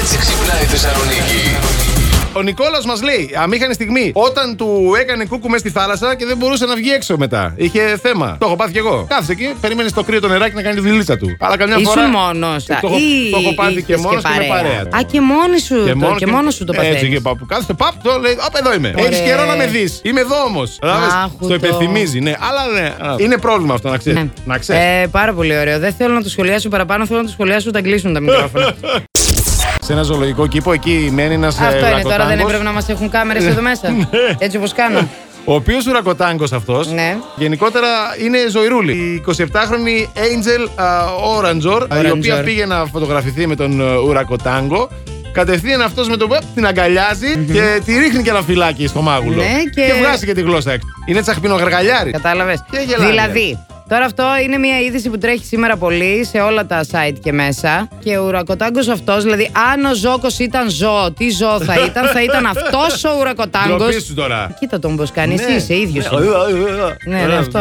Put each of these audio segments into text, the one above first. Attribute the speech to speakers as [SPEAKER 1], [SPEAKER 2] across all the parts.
[SPEAKER 1] έτσι ξυπνάει η Θεσσαλονίκη.
[SPEAKER 2] Ο Νικόλας μας λέει, αμήχανη στιγμή, όταν του έκανε κούκου μες στη θάλασσα και δεν μπορούσε να βγει έξω μετά. Είχε θέμα. Το έχω πάθει κι εγώ. Κάθισε εκεί, περίμενε στο κρύο το νεράκι να κάνει τη δουλίτσα του. Αλλά καμιά
[SPEAKER 3] Ήσουν
[SPEAKER 2] φορά.
[SPEAKER 3] μόνος,
[SPEAKER 2] Το,
[SPEAKER 3] α,
[SPEAKER 2] έχω-
[SPEAKER 3] ή
[SPEAKER 2] το έχω πάθει
[SPEAKER 3] είχες
[SPEAKER 2] και μόνος και, με παρέα.
[SPEAKER 3] Α, και μόνη σου το, και μόνος σου το
[SPEAKER 2] Έτσι, και
[SPEAKER 3] παθαίνεις.
[SPEAKER 2] παπ, κάθεται παπ, το λέει. Απ' εδώ είμαι.
[SPEAKER 3] Ωραία.
[SPEAKER 2] Έχεις καιρό να με δεις. Είμαι εδώ όμως.
[SPEAKER 3] Άχου
[SPEAKER 2] Το
[SPEAKER 3] το.
[SPEAKER 2] υπενθυμίζει, ναι. Αλλά ναι. α, Είναι πρόβλημα αυτό να ξέρεις.
[SPEAKER 3] Ναι.
[SPEAKER 2] Να ξέρεις.
[SPEAKER 3] Ε, πάρα πολύ ωραίο. Δεν θέλω να το σχολιάσω παραπάνω, θέλω να το σχολιάσω όταν κλείσουν τα μικρόφωνα.
[SPEAKER 2] Σε ένα ζωολογικό κήπο εκεί μένει ε, ένα.
[SPEAKER 3] Αυτό είναι τώρα, δεν έπρεπε να μας έχουν
[SPEAKER 2] Ναι.
[SPEAKER 3] κάμερες εδώ μέσα. Έτσι όπως κάνω.
[SPEAKER 2] Ο οποίος ουρακοτάγκο αυτός
[SPEAKER 3] Ναι.
[SPEAKER 2] γενικότερα είναι ζωηρούλη. Η 27χρονη Angel Οραντζορ, η
[SPEAKER 3] Oranger.
[SPEAKER 2] οποία πήγε να φωτογραφηθεί με τον α, ουρακοτάγκο. Κατευθείαν αυτός με το web την αγκαλιαζει και τη ρίχνει και ένα φυλάκι στο μάγουλο.
[SPEAKER 3] Ναι, και-
[SPEAKER 2] βγάζει και τη γλώσσα έξω. Είναι τσαχπινογαργαλιάρη.
[SPEAKER 3] Κατάλαβες.
[SPEAKER 2] Και γελάνε.
[SPEAKER 3] Δηλαδή, τώρα αυτό είναι μια είδηση που τρέχει σήμερα πολύ σε όλα τα site και μέσα. Και ο ουρακοτάγκος αυτός, δηλαδή, αν ο ζόκο ήταν ζώο, τι ζώο θα ήταν, θα ήταν αυτός ο ουρακοτάγκος.
[SPEAKER 2] Ντροπή σου τώρα.
[SPEAKER 3] Κοίτα τον πώς κάνει, εσύ
[SPEAKER 2] Ναι. ε,
[SPEAKER 3] είσαι ίδιος. Ναι, ναι, αυτό.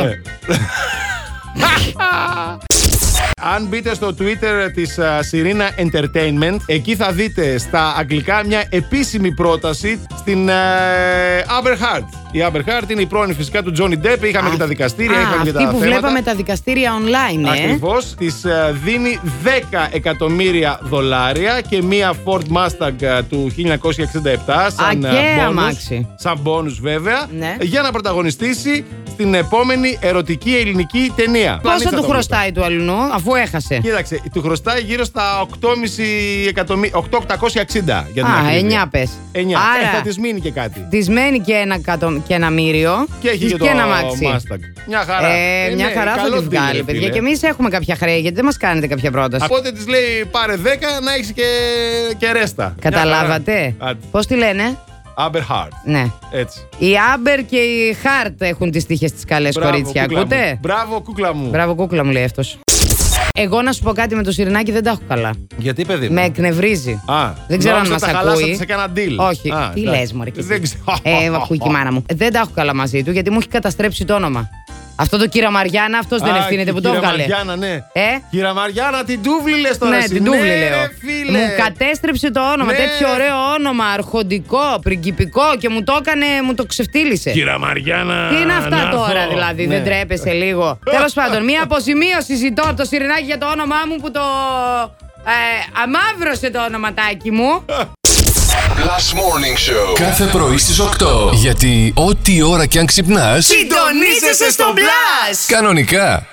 [SPEAKER 2] Αν μπείτε στο Twitter της α, Sirena Entertainment, εκεί θα δείτε στα αγγλικά μια επίσημη πρόταση στην α, Amber Heard. Η Amber Heard είναι η πρώην φυσικά του Johnny Depp. Είχαμε και τα δικαστήρια, είχαμε και τα
[SPEAKER 3] Αυτή που
[SPEAKER 2] θέματα.
[SPEAKER 3] βλέπαμε τα δικαστήρια online, ε.
[SPEAKER 2] Ακριβώς. Της δίνει 10 εκατομμύρια δολάρια και μία Ford Mustang ε, του 1967 σαν
[SPEAKER 3] Α,
[SPEAKER 2] ε,
[SPEAKER 3] και
[SPEAKER 2] bonus.
[SPEAKER 3] αμάξι.
[SPEAKER 2] Σαν bonus βέβαια.
[SPEAKER 3] Ναι.
[SPEAKER 2] Για να πρωταγωνιστήσει στην επόμενη ερωτική ελληνική ταινία.
[SPEAKER 3] Πόσο
[SPEAKER 2] Πλανήτσα
[SPEAKER 3] του
[SPEAKER 2] τα όλα αυτά.
[SPEAKER 3] χρωστάει του αλλού, αφού έχασε.
[SPEAKER 2] Κοίταξε, του χρωστάει γύρω στα 8,5 εκατομμύρια. 8,860 για την
[SPEAKER 3] Α,
[SPEAKER 2] ακρίβεια.
[SPEAKER 3] 9 πες.
[SPEAKER 2] 9. Ε,
[SPEAKER 3] Άρα,
[SPEAKER 2] θα της μείνει και κάτι.
[SPEAKER 3] της μένει και ένα, εκατο- και ένα μύριο.
[SPEAKER 2] Και έχει
[SPEAKER 3] της
[SPEAKER 2] και το
[SPEAKER 3] ένα μάξι.
[SPEAKER 2] Mustang. Μια χαρά.
[SPEAKER 3] Ε, μια
[SPEAKER 2] ναι,
[SPEAKER 3] χαρά θα
[SPEAKER 2] καλό
[SPEAKER 3] τη
[SPEAKER 2] deal,
[SPEAKER 3] βγάλει,
[SPEAKER 2] ρε
[SPEAKER 3] παιδιά.
[SPEAKER 2] φίλε.
[SPEAKER 3] Και εμείς έχουμε κάποια χρέη, γιατί δεν μας κάνετε κάποια πρόταση.
[SPEAKER 2] Οπότε της λέει πάρε 10 να έχεις και, και ρέστα.
[SPEAKER 3] Καταλάβατε. Πώς τη λένε,
[SPEAKER 2] Άμπερ Χάρτ.
[SPEAKER 3] Ναι.
[SPEAKER 2] Έτσι.
[SPEAKER 3] Η Άμπερ και η Χάρτ έχουν τις τύχες της καλές
[SPEAKER 2] Μπράβο,
[SPEAKER 3] κορίτσια.
[SPEAKER 2] κούκλα μου.
[SPEAKER 3] Ακούτε.
[SPEAKER 2] Μπράβο, κούκλα μου.
[SPEAKER 3] Μπράβο, κούκλα μου λέει αυτός. Εγώ να σου πω κάτι με το Σιρινάκι δεν τα έχω καλά.
[SPEAKER 2] Γιατί, παιδί μου.
[SPEAKER 3] Με εκνευρίζει.
[SPEAKER 2] Α,
[SPEAKER 3] δεν ξέρω αν
[SPEAKER 2] νόμιζα τα
[SPEAKER 3] μα
[SPEAKER 2] χαλάσατε
[SPEAKER 3] ακούει.
[SPEAKER 2] σε κανένα deal.
[SPEAKER 3] Όχι.
[SPEAKER 2] Α,
[SPEAKER 3] Τι
[SPEAKER 2] εντάξει.
[SPEAKER 3] λες, Μωρή.
[SPEAKER 2] Δεν ξέρω.
[SPEAKER 3] Ε, μ' ακούει και η μάνα μου. Δεν τα έχω καλά μαζί του γιατί μου έχει καταστρέψει το όνομα. Αυτό το κύρα Μαριάννα, αυτός δεν
[SPEAKER 2] Α,
[SPEAKER 3] ευθύνεται
[SPEAKER 2] και
[SPEAKER 3] που το
[SPEAKER 2] κύρα
[SPEAKER 3] έβγαλε.
[SPEAKER 2] Μαριάννα, ναι.
[SPEAKER 3] Ε?
[SPEAKER 2] Κύρα Μαριάννα, την τούβλη λες τώρα.
[SPEAKER 3] Ναι,
[SPEAKER 2] εσύ.
[SPEAKER 3] την τούβλη
[SPEAKER 2] ναι,
[SPEAKER 3] λέω.
[SPEAKER 2] ρε, φίλε.
[SPEAKER 3] Μου κατέστρεψε το όνομα.
[SPEAKER 2] Ναι.
[SPEAKER 3] Τέτοιο ωραίο όνομα, αρχοντικό, πριγκυπικό και μου το έκανε, μου το ξεφτύλισε.
[SPEAKER 2] Κύρα Μαριάννα.
[SPEAKER 3] Τι είναι αυτά
[SPEAKER 2] να
[SPEAKER 3] τώρα,
[SPEAKER 2] έρθω.
[SPEAKER 3] δηλαδή,
[SPEAKER 2] Ναι. Ε,
[SPEAKER 3] δεν τρέπεσαι λίγο. Τέλος πάντων, μία αποζημίωση ζητώ από το Σιρινάκι για το όνομά μου που το. Ε, αμαύρωσε το όνοματάκι μου.
[SPEAKER 1] Last Morning Show.
[SPEAKER 4] Κάθε πρωί στις 8. Γιατί ό,τι ώρα κι αν ξυπνάς,
[SPEAKER 3] Συντονίζεσαι στο μπλα!
[SPEAKER 4] κανονικά.